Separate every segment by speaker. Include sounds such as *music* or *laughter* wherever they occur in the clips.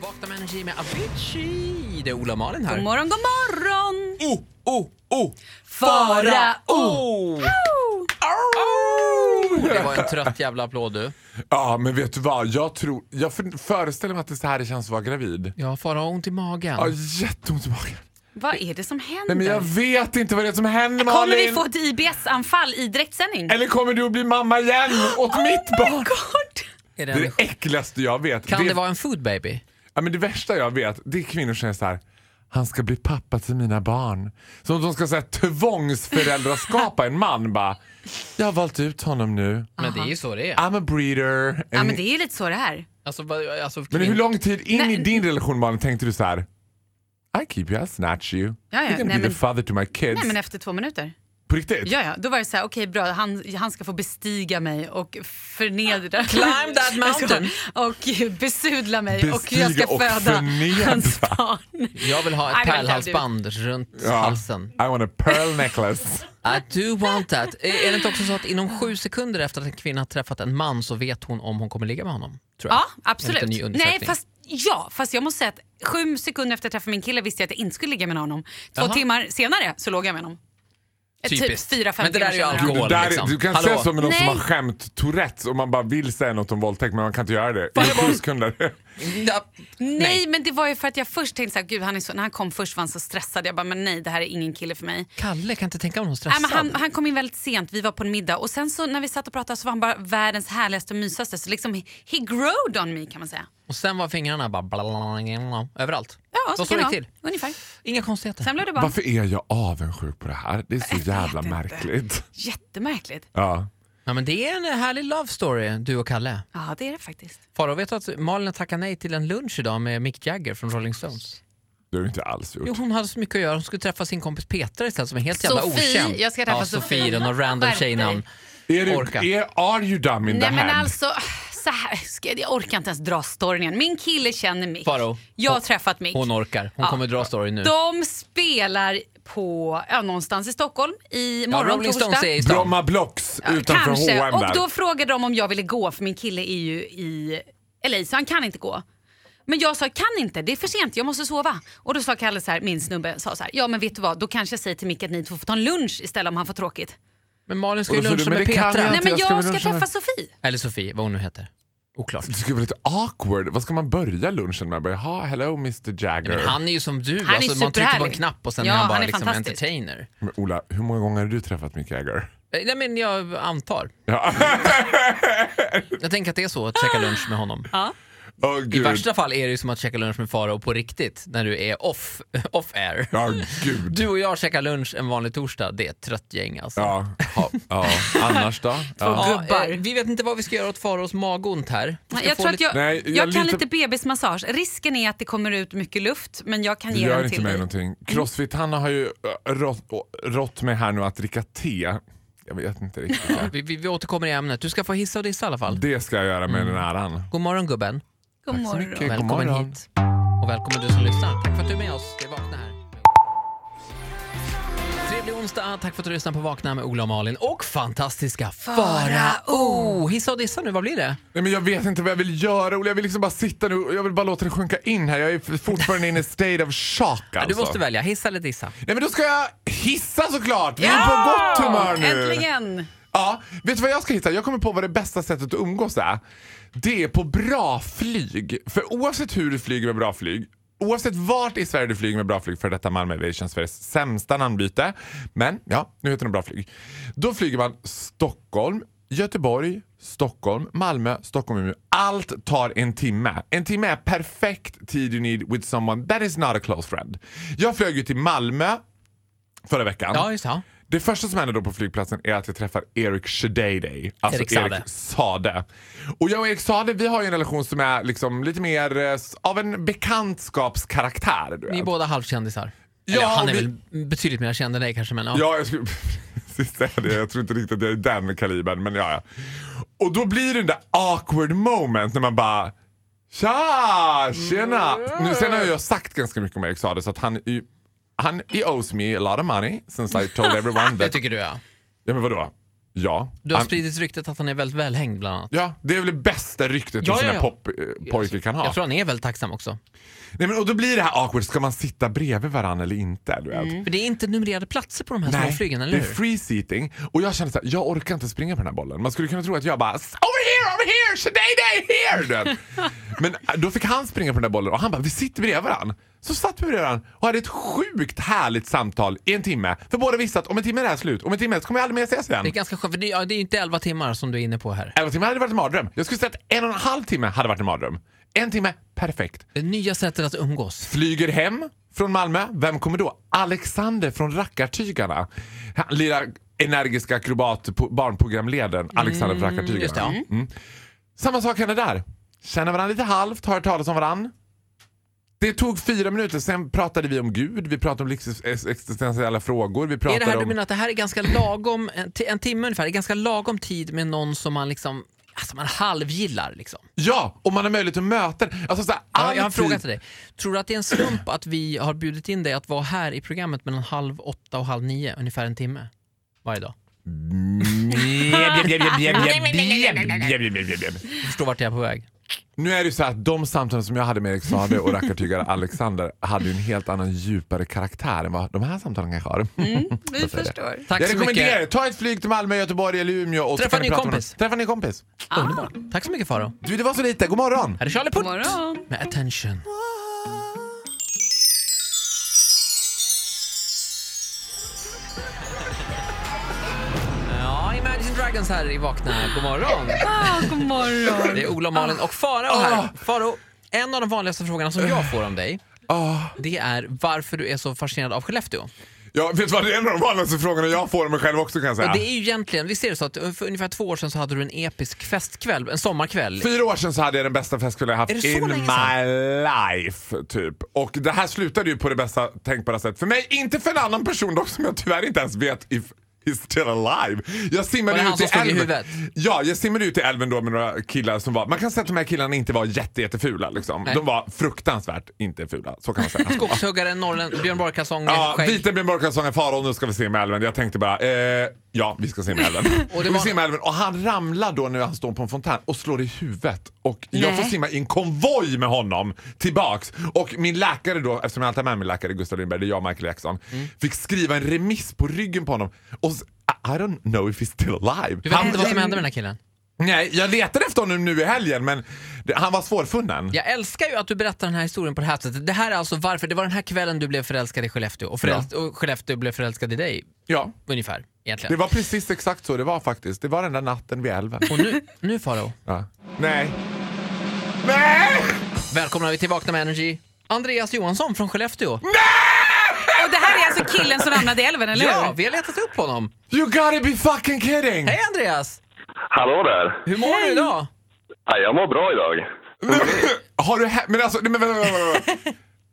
Speaker 1: Vakna med energi med Avicii. Det är Ola och Malin här.
Speaker 2: God morgon, god morgon!
Speaker 1: Oh, oh, oh!
Speaker 2: Fara,
Speaker 1: oh! Oh! Det var en trött jävla applåd du.
Speaker 3: Ja, men vet du vad? Jag, tror, jag för- föreställer mig att det är så här det känns att vara gravid.
Speaker 1: Ja, Farao har ont i magen.
Speaker 3: Ja, jätteont i magen.
Speaker 2: Vad är det som händer?
Speaker 3: Nej, men jag vet inte vad det är som händer
Speaker 2: Kommer
Speaker 3: Malin.
Speaker 2: vi få ett IBS-anfall i direktsändning?
Speaker 3: Eller kommer du att bli mamma igen åt mitt barn?
Speaker 2: God.
Speaker 1: Är det
Speaker 3: Det är
Speaker 1: en...
Speaker 3: det äckligaste jag vet.
Speaker 1: Kan det vara en food baby?
Speaker 3: ja, men det värsta jag vet det är kvinnor som säger så här. Han ska bli pappa till mina barn. Som att de ska säga tvångsföräldraskapa en man. Bara, jag har valt ut honom nu.
Speaker 1: Men det är ju så det är.
Speaker 3: I'm a breeder.
Speaker 2: Ja, men det är ju lite så det är.
Speaker 1: Alltså, vad- alltså,
Speaker 3: Men hur lång tid in
Speaker 2: Nej.
Speaker 3: i din relation Malin tänkte du så här? I keep you, I'll snatch you.
Speaker 2: Ja, ja.
Speaker 3: You're gonna
Speaker 2: Nej, men-
Speaker 3: be the father to my kids.
Speaker 2: Nej, men efter två minuter.
Speaker 3: På riktigt?
Speaker 2: Ja, ja. Då var det så här, okej bra, han, han ska få bestiga mig och förnedra.
Speaker 1: Climb
Speaker 2: *laughs*
Speaker 1: that mountain.
Speaker 2: och besudla mig och
Speaker 3: Bestiga
Speaker 2: jag ska
Speaker 3: och
Speaker 2: föda
Speaker 3: förnedra.
Speaker 2: hans barn.
Speaker 1: Jag vill ha
Speaker 2: Nej,
Speaker 1: ett
Speaker 2: men
Speaker 1: pärlhalsband runt
Speaker 3: Ja.
Speaker 1: halsen.
Speaker 3: I want a pearl necklace.
Speaker 1: *laughs* I do want that. Är är det inte också så att inom sju sekunder efter att en kvinna har träffat en man så vet hon om hon kommer ligga med honom? Tror jag.
Speaker 2: Ja,
Speaker 1: En liten ny
Speaker 2: absolut. Nej,
Speaker 1: undersökning.
Speaker 2: fast, ja, fast jag måste säga att sju sekunder efter att jag träffade min kille visste jag att jag inte skulle ligga med honom. Två
Speaker 1: Jaha.
Speaker 2: timmar senare så låg jag med honom. Eh,
Speaker 1: Typiskt.
Speaker 2: Typ fyra, fem
Speaker 1: Men det där
Speaker 2: timmar
Speaker 1: är ju
Speaker 2: senare.
Speaker 1: alkohol.
Speaker 3: Det där,
Speaker 1: liksom.
Speaker 3: Du kan
Speaker 1: Hallå?
Speaker 3: säga så med någon som
Speaker 2: Nej.
Speaker 3: har skämt Tourettes och man bara vill säga något om våldtäkt men man kan inte göra det. I
Speaker 2: *laughs*
Speaker 3: sju sekunder.
Speaker 1: Ja.
Speaker 2: Nej, men det var ju för att jag först tänkte så här, gud han är så, när han kom först var han så stressad. Jag bara, men nej det här är ingen kille för mig.
Speaker 1: Kalle kan inte tänka om någon
Speaker 2: Nej,
Speaker 1: stressad.
Speaker 2: men han, han kom in väldigt sent, vi var på en middag och sen så när vi satt och pratade så var han bara världens härligaste och mysigaste. Så liksom, he he growed on me kan man säga.
Speaker 1: Och sen var fingrarna bara blablabla, överallt.
Speaker 2: Ja,
Speaker 1: Vad
Speaker 2: så kan
Speaker 1: det
Speaker 2: det
Speaker 1: gick
Speaker 2: vara.
Speaker 1: till.
Speaker 2: Ungefär.
Speaker 1: Inga konstigheter.
Speaker 2: Sen blev det bara
Speaker 3: Varför är jag avundsjuk på det här? Det är så jävla
Speaker 2: inte.
Speaker 3: märkligt.
Speaker 2: jättemärkligt.
Speaker 3: Ja.
Speaker 1: Ja, men det är en härlig love story, du och Kalle.
Speaker 2: Ja, det är det faktiskt.
Speaker 1: Farao, vet du att Malin har tackat nej till en lunch idag med Mick Jagger från Rolling Stones?
Speaker 3: Det har du inte alls gjort.
Speaker 1: Jo, hon hade så mycket att göra. Hon skulle träffa sin kompis Petra istället som är helt jävla
Speaker 2: Sofie.
Speaker 1: okänd.
Speaker 2: Jag ska träffa
Speaker 1: ja,
Speaker 2: Sofie.
Speaker 1: Sofie. och random
Speaker 2: Skärp dig.
Speaker 1: tjejnamn.
Speaker 3: Är
Speaker 1: Orka.
Speaker 3: du, är, are you dumb in
Speaker 2: Nej
Speaker 3: the
Speaker 2: men
Speaker 3: hand?
Speaker 2: alltså, så här, ska jag, jag orkar inte ens dra storyn igen. Min kille känner Mick.
Speaker 1: Faro,
Speaker 2: Jag har
Speaker 1: hon-
Speaker 2: träffat Mick.
Speaker 1: Hon orkar. Hon
Speaker 2: Ja.
Speaker 1: kommer dra story nu.
Speaker 2: De spelar på, ja, någonstans i Stockholm i
Speaker 1: Ja,
Speaker 2: morgon
Speaker 1: Rolling
Speaker 2: torsdag.
Speaker 1: Stones är i stan.
Speaker 3: Bromma Blocks
Speaker 2: Ja,
Speaker 3: utanför
Speaker 2: Kanske.
Speaker 3: H&M
Speaker 2: Och
Speaker 3: där.
Speaker 2: då frågade de om jag ville gå för min kille är ju i LA så han kan inte gå. Men jag sa kan inte, det är för sent, jag måste sova. Och då sa Kalle så här, min snubbe sa så här, ja men vet du vad, då kanske jag säger till Mick att ni två får ta en lunch istället om han får tråkigt.
Speaker 1: Men Malin ska
Speaker 3: Och
Speaker 1: ju
Speaker 3: då sa du,
Speaker 1: luncha
Speaker 3: men
Speaker 1: med
Speaker 3: det kan
Speaker 1: Petra.
Speaker 3: jag
Speaker 2: Nej
Speaker 3: inte.
Speaker 2: men
Speaker 3: ska
Speaker 2: jag
Speaker 3: väl
Speaker 2: ska
Speaker 3: luncha med-
Speaker 2: träffa Sofie.
Speaker 1: Eller Sofie, vad hon nu heter. Oklart.
Speaker 3: Det skulle vara lite awkward. Vad ska man börja lunchen med? Bara, Jaha, hello Mr Jagger.
Speaker 1: Men han är ju som du,
Speaker 2: Han är
Speaker 1: alltså, man trycker på en
Speaker 2: superhärlig.
Speaker 1: knapp och sen
Speaker 2: Ja,
Speaker 1: är han bara
Speaker 2: han är
Speaker 1: liksom
Speaker 2: fantastisk.
Speaker 1: entertainer.
Speaker 3: Men Ola, hur många gånger har du träffat Mick Jagger?
Speaker 1: Eh, Nej men jag antar.
Speaker 3: Ja.
Speaker 1: *laughs* Jag tänker att det är så att käka lunch med honom.
Speaker 3: Åh,
Speaker 1: I
Speaker 3: gud.
Speaker 1: värsta fall är det ju som att käka lunch med Farao på riktigt, när du är off, *laughs* off air.
Speaker 3: Ja, gud.
Speaker 1: Du och jag käkar lunch en vanlig torsdag, det är ett trött gäng alltså.
Speaker 3: Ja. Ja. ja. Annars då? Ja.
Speaker 1: Ja,
Speaker 2: gubbar.
Speaker 1: eh, vi vet inte vad vi ska göra åt Faraos magont här. Vi ska
Speaker 2: Jag
Speaker 1: få
Speaker 2: tror att
Speaker 1: lite-
Speaker 2: jag,
Speaker 3: Nej,
Speaker 2: jag,
Speaker 3: jag
Speaker 2: kan
Speaker 3: litar-
Speaker 2: lite bebismassage. Risken är att det kommer ut mycket luft men jag kan
Speaker 3: Det
Speaker 2: ge
Speaker 3: gör
Speaker 2: den
Speaker 3: inte
Speaker 2: till
Speaker 3: mig
Speaker 2: dig.
Speaker 3: någonting.
Speaker 1: Mm.
Speaker 3: Crossfit-Hanna har ju äh, rått, å- rått mig här nu att dricka te. Jag vet inte riktigt.
Speaker 1: vi, vi, vi återkommer i ämnet. Du ska få hissa och dissa i alla fall.
Speaker 3: Det ska jag göra med den
Speaker 1: Mm.
Speaker 3: här äran.
Speaker 1: God morgon gubben.
Speaker 2: God morgon.
Speaker 3: mycket. God
Speaker 1: Välkommen
Speaker 3: morgon.
Speaker 1: hit. Och välkommen du som lyssnar. Tack för att du är med oss. Det är Vakna här. Trevlig onsdag. Tack för att du lyssnar på Vakna med Ola och Malin och fantastiska Farao. Hissa och dissa nu, vad blir det?
Speaker 3: Nej, men jag vet inte vad jag vill göra Olle. Jag vill liksom bara sitta nu och jag vill bara låta det sjunka in här. Jag är f- fortfarande in a state of shock alltså.
Speaker 1: Du måste välja, hissa eller dissa.
Speaker 3: Nej men då ska jag hissa såklart! Vi är på gott humör nu!
Speaker 2: Äntligen!
Speaker 3: Ja, vet du vad jag ska hitta? Jag kommer på vad det bästa sättet att umgås är. Det är på bra flyg. För oavsett hur du flyger med bra flyg, oavsett vart i Sverige du flyger med bra flyg, för detta Malmö det känns Sveriges sämsta namnbyte. Men ja, nu heter det bra flyg. Då flyger man Stockholm, Göteborg, Stockholm, Malmö, Stockholm, Umeå. Allt tar en timme. En timme är perfekt tid you need with someone that is not a close friend. Jag flög ju till Malmö förra veckan.
Speaker 1: Ja, just det. ja.
Speaker 3: Det första som händer då på flygplatsen är att jag träffar Eric Shadady, alltså
Speaker 1: Erik
Speaker 3: Erik
Speaker 1: Saade.
Speaker 3: Sade. Och jag och Erik Sade, vi har ju en relation som är liksom lite mer eh, s- av en bekantskapskaraktär.
Speaker 1: Ni
Speaker 3: Du
Speaker 1: är
Speaker 3: vet.
Speaker 1: båda halvkändisar.
Speaker 3: Ja,
Speaker 1: Eller, han är
Speaker 3: vi-
Speaker 1: väl betydligt mer känd än dig kanske, men ja.
Speaker 3: Ja, jag skulle *laughs* precis säga det. Jag tror inte riktigt att jag är den kalibern, men ja, ja. Och då blir det den där awkward moment när man bara Tja! Tjena! Nu, sen har jag sagt ganska mycket om Erik Sade så att han, är ju- han he owes me a lot of money since I told
Speaker 1: *laughs*
Speaker 3: everyone
Speaker 1: Det
Speaker 3: that
Speaker 1: tycker du ja.
Speaker 3: Ja men vadå? Ja.
Speaker 1: Du har
Speaker 3: Han-
Speaker 1: spridit ryktet att han är väldigt välhängd bland annat.
Speaker 3: Ja, det är väl det bästa ryktet
Speaker 1: Ja,
Speaker 3: en sån
Speaker 1: ja,
Speaker 3: här
Speaker 1: ja.
Speaker 3: pop, eh, pojke kan ha.
Speaker 1: Jag tror han är väldigt tacksam också.
Speaker 3: Nej, men, och då blir det här awkward, ska man sitta bredvid varandra eller inte? Du vet?
Speaker 1: För det är inte numrerade platser på de här småflygen, eller
Speaker 3: det är
Speaker 1: hur?
Speaker 3: free seating. Och jag kände så här, jag orkar inte springa på den här bollen. Man skulle kunna tro att jag bara over here, over here, today, day, here. Du
Speaker 1: *laughs*
Speaker 3: vet. Men äh, då fick han springa på den där bollen och han bara, vi sitter bredvid varandra. Så satt vi bredvid varandra och hade ett sjukt härligt samtal i en timme. För båda visste att om en timme är det här slut, om en timme så kommer jag aldrig mer ses igen.
Speaker 1: Det är ganska skönt, för det, ja, det är ju inte 11 timmar som du är inne på här.
Speaker 3: Elva timmar hade varit en mardröm. Jag skulle säga att en och en halv timme hade varit en mardröm. En timme, perfekt.
Speaker 1: Det nya sättet att umgås.
Speaker 3: Flyger hem från Malmö. Vem kommer då? Alexander från Rackartygarna. Han lirar energiska akrobat po- barnprogramledaren Alexander från Rackartygarna.
Speaker 1: just det, ja.
Speaker 3: Mm. Samma sak händer där. Känner varandra lite halvt, har hört talas om varandra. Det tog fyra minuter, sen pratade vi om Gud, vi pratade om livs- ex- existentiella frågor. Vi
Speaker 1: Är det
Speaker 3: pratade
Speaker 1: här
Speaker 3: om...
Speaker 1: du menar att det här är ganska lagom, en, ti- en timme ungefär, är ganska lagom tid med någon som man liksom, alltså man halvgillar liksom.
Speaker 3: Ja, och man har möjlighet att möta alltså, så här,
Speaker 1: Ja,
Speaker 3: all
Speaker 1: jag har en fråga
Speaker 3: tid-
Speaker 1: till dig. Tror du att det är en slump att vi har bjudit in dig att vara här i programmet mellan halv åtta och halv nio, ungefär en timme varje dag? Du förstår vart jag är på väg.
Speaker 3: Nu är det ju så att de samtalen som jag hade med Erik Saade och rackartygare Alexander hade ju en helt annan djupare karaktär än vad de här samtalen kanske har.
Speaker 2: Vi förstår.
Speaker 1: Mm. Tack
Speaker 3: Jag
Speaker 1: så
Speaker 3: rekommenderar
Speaker 1: mycket.
Speaker 3: er, ta ett flyg till Malmö, Göteborg eller Umeå. Och så
Speaker 1: Träffa
Speaker 3: kan ni
Speaker 1: en ny
Speaker 3: prata med
Speaker 1: kompis.
Speaker 3: någon. Träffa en ny kompis.
Speaker 1: Underbart. Tack så mycket Faro.
Speaker 3: Du, det var så lite. God morgon!
Speaker 1: Här är Charlie
Speaker 2: God
Speaker 1: Puth
Speaker 2: morgon.
Speaker 1: med Attention. Ja, Imagine Dragons här i Vakna. God morgon.
Speaker 2: Ah, god morgon.
Speaker 1: Det är Ola, Malin och
Speaker 3: Ah.
Speaker 1: Farao här. Farao, en av de vanligaste frågorna som jag får om dig
Speaker 3: Ah.
Speaker 1: det är varför du är så fascinerad av Skellefteå.
Speaker 3: Ja, vet du vad? Det är en av de vanligaste frågorna jag får om mig själv också kan jag säga.
Speaker 1: Det är ju egentligen, vi ser det så att för ungefär två år sedan så hade du en episk festkväll, en sommarkväll.
Speaker 3: Fyra år sedan så hade jag den bästa festkvällen jag haft
Speaker 1: Är det så
Speaker 3: in
Speaker 1: länge
Speaker 3: my life. Typ. Och det här slutade ju på det bästa tänkbara sätt. För mig, inte för en annan person dock som jag tyvärr inte ens vet if he's still alive. Jag simmade
Speaker 1: Var det
Speaker 3: ut
Speaker 1: han som
Speaker 3: i
Speaker 1: stod i
Speaker 3: älven.
Speaker 1: huvudet?
Speaker 3: Ja, jag simmade ut i älven då med några killar som var, man kan säga att de här killarna inte var jätte, jättefula liksom.
Speaker 1: Nej.
Speaker 3: De var fruktansvärt inte fula, så kan man säga.
Speaker 1: Skogshuggare, norrländ, Björn Borg-kalsonger,
Speaker 3: Ja,
Speaker 1: skägg.
Speaker 3: vita Björn Borg-kalsonger, Farao nu ska vi simma i älven. Jag tänkte bara, eh, ja vi ska simma i älven.
Speaker 1: *laughs* Och
Speaker 3: och,
Speaker 1: det
Speaker 3: vi
Speaker 1: var-
Speaker 3: simmar i älven. och han ramlar då när han står på en fontän och slår i huvudet. Och jag
Speaker 2: Nej.
Speaker 3: får simma i en konvoj med honom tillbaks. Och min läkare då, eftersom jag alltid har med min läkare Gustav Lindberg, det är jag och Michael Jackson,
Speaker 1: Mm.
Speaker 3: fick skriva en remiss på ryggen på honom. Och s- I I don't know if he's still alive.
Speaker 1: Du vet
Speaker 3: Han-
Speaker 1: inte vad som hände med den här killen?
Speaker 3: Nej, jag letade efter honom nu i helgen men det, han var svårfunnen.
Speaker 1: Jag älskar ju att du berättar den här historien på det här sättet. Det här är alltså varför, det var den här kvällen du blev förälskad i Skellefteå och, föräls- och Skellefteå blev förälskad i dig,
Speaker 3: Ja.
Speaker 1: ungefär. Egentligen.
Speaker 3: Det var precis exakt så det var faktiskt. Det var den där natten vid älven.
Speaker 1: Och nu, nu Faro,
Speaker 3: Ja. Nej. Nej!
Speaker 1: välkomnar vi till Vakna med Energy Andreas Johansson från Skellefteå.
Speaker 2: Och det här är alltså killen som ramlade i älven, eller
Speaker 1: Ja,
Speaker 2: hur?
Speaker 1: vi har letat upp honom.
Speaker 3: You gotta be fucking kidding!
Speaker 1: Hej Andreas!
Speaker 4: Hallå där!
Speaker 1: Hur mår du idag?
Speaker 4: Ja, jag mår bra idag.
Speaker 3: Men, har du hä- Men alltså, nej, men vänta, vänta, vänta.
Speaker 1: *laughs*
Speaker 3: vänta.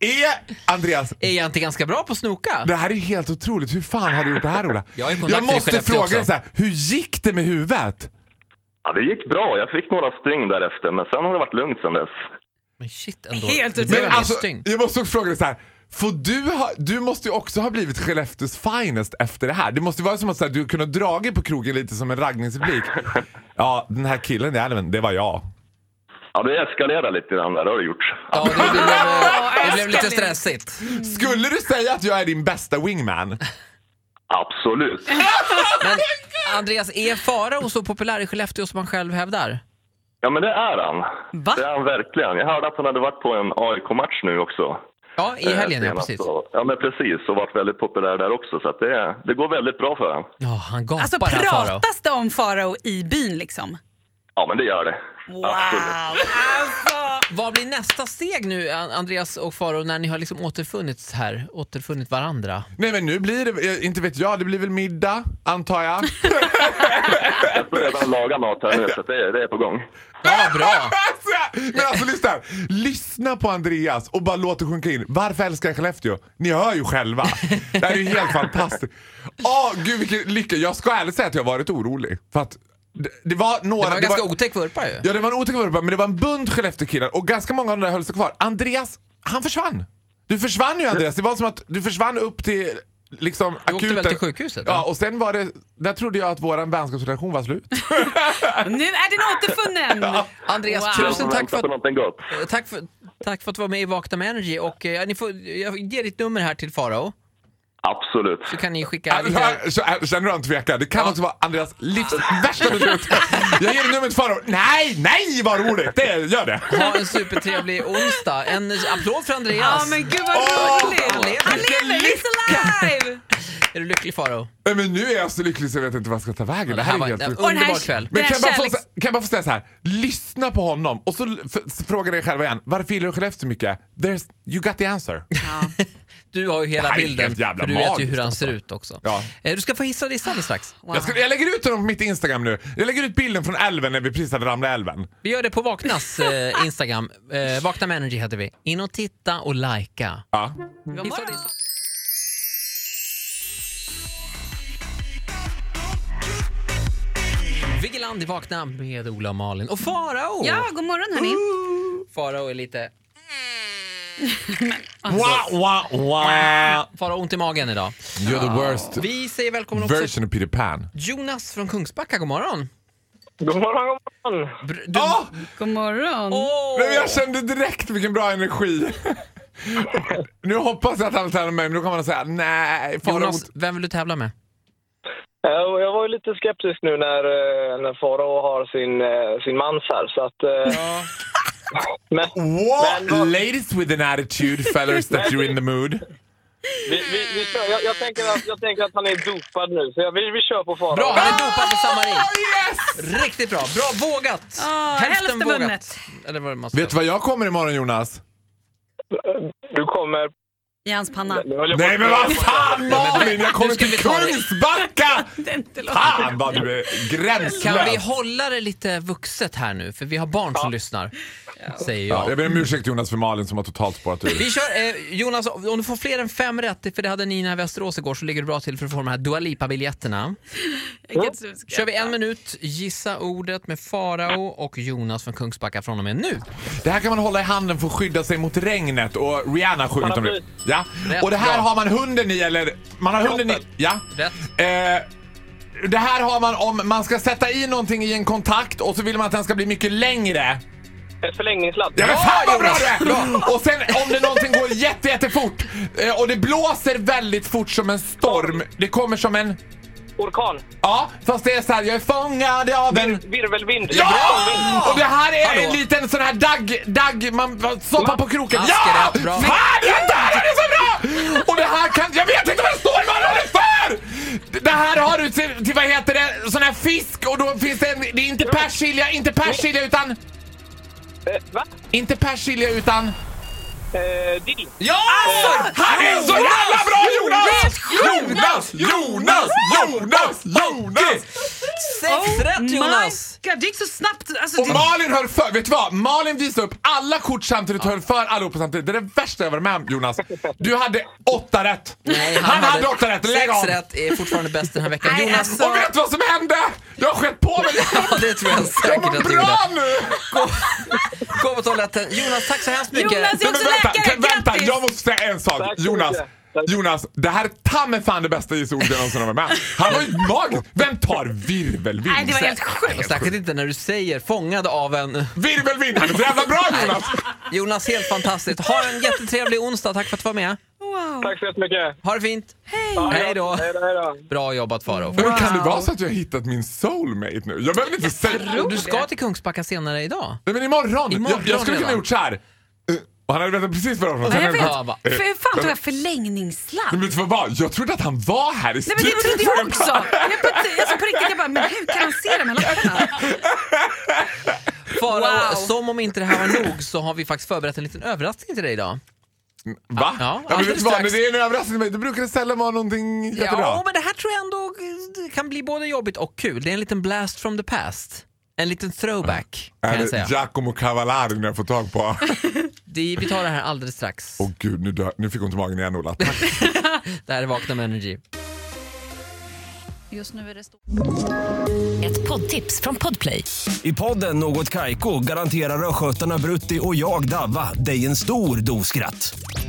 Speaker 3: Är Andreas,
Speaker 1: Är jag inte ganska bra på att snoka?
Speaker 3: det här är helt otroligt. Hur fan har du gjort det här Ola?
Speaker 1: Jag är kontakt i
Speaker 3: måste
Speaker 1: Skellefteå
Speaker 3: fråga
Speaker 1: också.
Speaker 3: dig så här, hur gick det med huvudet?
Speaker 4: Ja, det gick bra. Jag fick några stygn därefter, men sen har det varit lugnt sen dess.
Speaker 1: Men shit ändå.
Speaker 2: Helt
Speaker 1: Det
Speaker 2: otroligt.
Speaker 1: blev
Speaker 3: Men
Speaker 1: en
Speaker 3: alltså,
Speaker 1: stygn.
Speaker 3: jag måste också fråga dig så här. Får du, ha, du måste ju också ha blivit Skellefteås finest efter det här. Det måste ju vara som att så här, du kunde ha dragit på krogen lite som
Speaker 1: *laughs*
Speaker 3: en raggningsreplik. Ja, den här killen i älven, det var jag.
Speaker 4: Ja, det eskalerade lite grann där, det har det gjort.
Speaker 1: Ja, det, blev, det blev lite
Speaker 2: älskling.
Speaker 1: stressigt.
Speaker 3: Skulle du säga att jag är din bästa wingman?
Speaker 4: Absolut.
Speaker 1: Men Andreas, är Farao så populär i Skellefteå som han själv hävdar?
Speaker 4: Ja, men det är han.
Speaker 2: Va?
Speaker 4: Det är han verkligen. Jag hörde att han hade varit på en AIK-match nu också.
Speaker 1: Ja, i
Speaker 4: Eh,
Speaker 1: helgen ja,
Speaker 4: senast
Speaker 1: precis.
Speaker 4: då. Ja, men precis. Och varit väldigt populär där också, så att det, det går väldigt bra för honom.
Speaker 1: Ja, han gapar
Speaker 2: Alltså
Speaker 1: här Farao.
Speaker 2: pratas det om Farao i byn liksom?
Speaker 4: Ja, men det gör det.
Speaker 2: Wow!
Speaker 4: Absolut.
Speaker 2: Alltså,
Speaker 1: Vad blir nästa steg nu, An- Andreas och Faro när ni har liksom återfunnits här, återfunnit varandra?
Speaker 3: Nej men nu blir det, eh, inte vet jag, det blir väl middag antar jag.
Speaker 4: Jag ska redan laga mat här nu, så att det, det är på gång.
Speaker 1: Ja,
Speaker 4: *laughs*
Speaker 1: bra!
Speaker 3: men *laughs* alltså lyssna, här. lyssna på Andreas och bara låt det sjunka in. Varför älskar jag Skellefteå? Ni hör ju själva. Det här är ju
Speaker 1: *laughs*
Speaker 3: helt fantastiskt. Åh gud vilken lycka. Jag ska ärligt säga att jag varit orolig. För att det, det var några...
Speaker 1: Det var en
Speaker 3: det
Speaker 1: ganska
Speaker 3: var-
Speaker 1: otäck vurpa ju.
Speaker 3: Ja, det var en otäck vurpa, men det var en bunt Skellefteåkillar och ganska många av de där höll sig kvar. Andreas, han försvann. Du försvann ju Andreas. Det var som att du försvann upp till liksom
Speaker 1: Du åkte väl till sjukhuset?
Speaker 3: Ja,
Speaker 1: va?
Speaker 3: och sen var det... Där trodde jag att vår vänskapsrelation var slut.
Speaker 2: Alltså, Nu är den återfunnen!
Speaker 1: Andreas,
Speaker 2: Wow.
Speaker 4: Den
Speaker 1: tusen
Speaker 4: som
Speaker 1: tack för,
Speaker 4: väntar på
Speaker 1: att,
Speaker 4: någonting gott.
Speaker 1: Eh, tack, för, tack för att du var med i Vakna med Energy. Och, eh, ni får, jag ger ditt nummer här till Farao,
Speaker 4: Absolut.
Speaker 1: så kan ni skicka...
Speaker 3: Känner du han tvekar? Det kan också vara Andreas livs värsta beslut. Jag ger numret till Farao. Nej, nej vad roligt! Det, gör det.
Speaker 1: Ha en supertrevlig onsdag. En eh, applåd för Andreas.
Speaker 2: Ja men gud vad
Speaker 3: Åh,
Speaker 1: han
Speaker 2: roligt!
Speaker 1: lever.
Speaker 2: Han lever! He's alive!
Speaker 1: Är du lycklig Farao?
Speaker 3: Nej, Men nu är jag så lycklig så jag vet inte vad jag ska ta vägen. Det här är
Speaker 1: var en
Speaker 3: helt sjukt.
Speaker 2: Och den
Speaker 1: underbar
Speaker 2: här-
Speaker 1: kväll.
Speaker 3: Men
Speaker 2: Den här
Speaker 3: kan jag, bara få,
Speaker 2: kärleks-
Speaker 3: kan jag bara få säga så här, lyssna på honom och så l- f- s- fråga dig själva igen, varför gillar du Skellefteå så mycket? There's, you got the answer.
Speaker 1: Du har ju hela
Speaker 3: här är
Speaker 1: bilden,
Speaker 3: helt jävla
Speaker 1: för du vet ju
Speaker 3: magiskt,
Speaker 1: hur han
Speaker 3: alltså.
Speaker 1: ser ut också.
Speaker 3: Ja.
Speaker 1: Eh, Du ska få hissa och dissa alldeles strax.
Speaker 2: Wow.
Speaker 3: Jag, ska, jag lägger ut den på mitt Instagram nu. Jag lägger ut bilden från älven när vi precis hade ramlat i älven.
Speaker 1: Vi gör det på Vaknas eh, Instagram. Eh, Vakna med Energy heter vi. In och titta och likea.
Speaker 3: Ja.
Speaker 2: God
Speaker 1: Hissa och
Speaker 2: morgon.
Speaker 1: dissa. Vigeland i Vakna med Ola och Malin. Och Farao!
Speaker 2: Ja, god morgon hörni.
Speaker 1: Farao är lite...
Speaker 3: Wah, wah, wah.
Speaker 1: Farao har ont i magen idag.
Speaker 3: You're the worst
Speaker 1: Vi säger välkommen också
Speaker 3: version of Peter Pan.
Speaker 1: Jonas från Kungsbacka, god morgon.
Speaker 5: God morgon, god morgon.
Speaker 1: Br- du-
Speaker 3: Ah,
Speaker 2: God morgon.
Speaker 1: Åh!
Speaker 3: men jag kände direkt vilken bra energi. nu hoppas jag att han tävlar med mig, men då kommer han säga nej, Farao.
Speaker 1: Jonas, vem vill du tävla med?
Speaker 5: Eh, och Jag var ju lite skeptisk nu när, eh, när Farao har sin, eh, sin mans här. Så att, eh, men
Speaker 3: What?
Speaker 5: Men vad-
Speaker 3: Ladies with an attitude, fellas that you're in the mood.
Speaker 5: vi, vi, vi kör. Jag, jag, tänker att, jag tänker att han är dopad nu, så jag, vi, vi kör på Farao.
Speaker 1: Bra, Ah, han är dopad på samma ring.
Speaker 3: Yes!
Speaker 1: Riktigt bra. Bra vågat.
Speaker 2: Ah, hälften vunnet.
Speaker 1: Eller vad det måste
Speaker 3: Vet du vad jag kommer imorgon Jonas?
Speaker 5: Du kommer...
Speaker 2: I hans panna.
Speaker 5: Nu höll jag på att-
Speaker 3: Nej men vad fan Malin! Jag kommer
Speaker 1: Nu ska
Speaker 3: till
Speaker 1: vi ta det.
Speaker 3: Kungsbacka!
Speaker 2: Det är inte långt.
Speaker 3: Fan vad du är gränslös!
Speaker 1: Kan vi hålla det lite vuxet här nu? För vi har barn som lyssnar, säger
Speaker 3: ja,
Speaker 1: jag.
Speaker 3: jag ber om ursäkt Jonas för Malin som har totalt spårat ur.
Speaker 1: Vi kör, eh, Jonas, om du får fler än fem rätt, för det hade Nina i Västerås igår, så ligger du bra till för att få de här Dua Lipa-biljetterna.
Speaker 2: Vilket susk.
Speaker 1: Kör vi en minut, gissa ordet med Farao och Jonas från Kungsbacka från och med nu.
Speaker 3: Det här kan man hålla i handen för att skydda sig mot regnet och Rihanna sjunger inte om det.
Speaker 5: Paraply.
Speaker 3: Ja.
Speaker 1: Rätt
Speaker 3: Och det här
Speaker 1: bra.
Speaker 3: har man hunden i eller... Man har hunden i... Ja.
Speaker 1: Rätt.
Speaker 3: Eh, det här har man om man ska sätta i någonting i en kontakt och så vill man att den ska bli mycket längre.
Speaker 5: Ett förlängningsladd.
Speaker 3: Ja men fan vad bra
Speaker 1: Jonas!
Speaker 3: det är! Och sen om det någonting går jätte, jättefort eh, och det blåser väldigt fort som en storm. Det kommer som en...
Speaker 5: Orkan.
Speaker 3: Ja, fast det är så här, jag är fångad av en...
Speaker 5: Virvelvind.
Speaker 3: Ja!
Speaker 5: Stormvind.
Speaker 3: Och det här är
Speaker 1: Hallå.
Speaker 3: en liten sån här dagg, dagg, man man soppar på kroken.
Speaker 1: Asker,
Speaker 3: Ja!
Speaker 1: rätt bra.
Speaker 3: Fan, det här är så bra! Och det här kan, jag vet inte vad en storm håller för! Det här har du till, till vad heter det, sån här fisk och då finns det en, det är inte persilja, inte persilja utan,
Speaker 5: Eh, Va?
Speaker 3: inte persilja utan...
Speaker 5: Eh, Dill.
Speaker 3: Ja! Han är så jävla bra Jonas! Jonas! Jonas! Jonas! Jonas!
Speaker 1: Sex rätt Jonas!
Speaker 2: My God, det gick så snabbt. Alltså,
Speaker 3: Och
Speaker 2: det...
Speaker 3: Malin höll för, vet du vad? Malin visade upp alla kort samtidigt och höll för allihopa samtidigt. Det är det värsta jag varit med om Jonas. Du hade åtta rätt. han, hade, åtta rätt, lägg
Speaker 1: Sex
Speaker 3: av!
Speaker 1: rätt är fortfarande bäst den här veckan.
Speaker 2: Nej,
Speaker 1: Jonas,
Speaker 2: alltså.
Speaker 3: Och vet du vad som hände? Jag har skett på mig!
Speaker 1: *laughs* Ja, det tror jag
Speaker 3: Jag mår
Speaker 1: säkert att du gjorde.
Speaker 3: bra nu!
Speaker 1: Gå på toaletten. Jonas, tack så hemskt mycket.
Speaker 2: Jonas, jag-
Speaker 3: Nej, men
Speaker 2: Så
Speaker 3: vänta,
Speaker 2: läkare,
Speaker 3: kan- vänta,
Speaker 2: grattis!
Speaker 3: jag måste säga en sak.
Speaker 5: Tack så
Speaker 3: Jonas,
Speaker 5: mycket. Tack.
Speaker 3: Jonas, det här är ta mig fan det bästa isordet jag någonsin har varit med Han var ju magisk. Vem tar virvelvind?
Speaker 2: Nej, det var helt sjukt.
Speaker 1: Och särskilt inte när du säger fångad av en...
Speaker 3: Virvelvind, han är så jävla bra Jonas!
Speaker 1: Jonas, helt fantastiskt. Ha en jättetrevlig onsdag. Tack för att du var med.
Speaker 2: Wow.
Speaker 5: Tack så jättemycket.
Speaker 1: Ha det fint.
Speaker 5: Ja,
Speaker 1: Hej då.
Speaker 5: Hej då, hej då.
Speaker 1: Bra jobbat Farao.
Speaker 3: Men kan det vara så att jag har hittat min soulmate nu? Jag behöver inte säga...
Speaker 1: Du ska till Kungsbacka senare idag.
Speaker 3: Nej men imorgon!
Speaker 1: Imorgon
Speaker 3: jag, jag skulle kunna
Speaker 1: redan.
Speaker 3: gjort så här. Eh, Och han hade vetat precis vad det var
Speaker 2: Ja, jag
Speaker 3: för
Speaker 2: vet.
Speaker 1: Ja, va.
Speaker 2: För hur fan tog jag förlängningssladd?
Speaker 3: Men vet du vad var? Jag trodde att han var här i
Speaker 2: Nej, men det trodde
Speaker 3: för
Speaker 2: jag
Speaker 3: en
Speaker 2: också. Men på, alltså, på riktigt, jag bara, men hur kan han se de här lapparna?
Speaker 1: Farao,
Speaker 2: Wow.
Speaker 1: som om inte det här var nog så har vi faktiskt förberett en liten överraskning till dig idag.
Speaker 3: *laughs* Va?
Speaker 1: Ja,
Speaker 3: Ja, men
Speaker 1: alldeles
Speaker 3: vet du vad?
Speaker 1: strax.
Speaker 3: När det är en överraskning för mig, då brukar det sällan vara någonting jättebra.
Speaker 1: Ja, men det här tror jag ändå kan bli både jobbigt och kul. Det är en liten blast from the past. En liten throwback, kan
Speaker 3: är
Speaker 1: jag
Speaker 3: det
Speaker 1: säga.
Speaker 3: Giacomo Cavallari när jag får tag på? *laughs*
Speaker 1: Det, vi tar det här alldeles strax.
Speaker 3: Åh gud, nu, dör, nu fick hon till magen igen Ola. Tack.
Speaker 1: Det här är Vakna med Energy.
Speaker 2: Just nu är det stort.
Speaker 6: Ett poddtips från Podplay.
Speaker 7: I podden Något Kaiko garanterar östgötarna Brutti och jag, Davva, dig en stor dos skratt.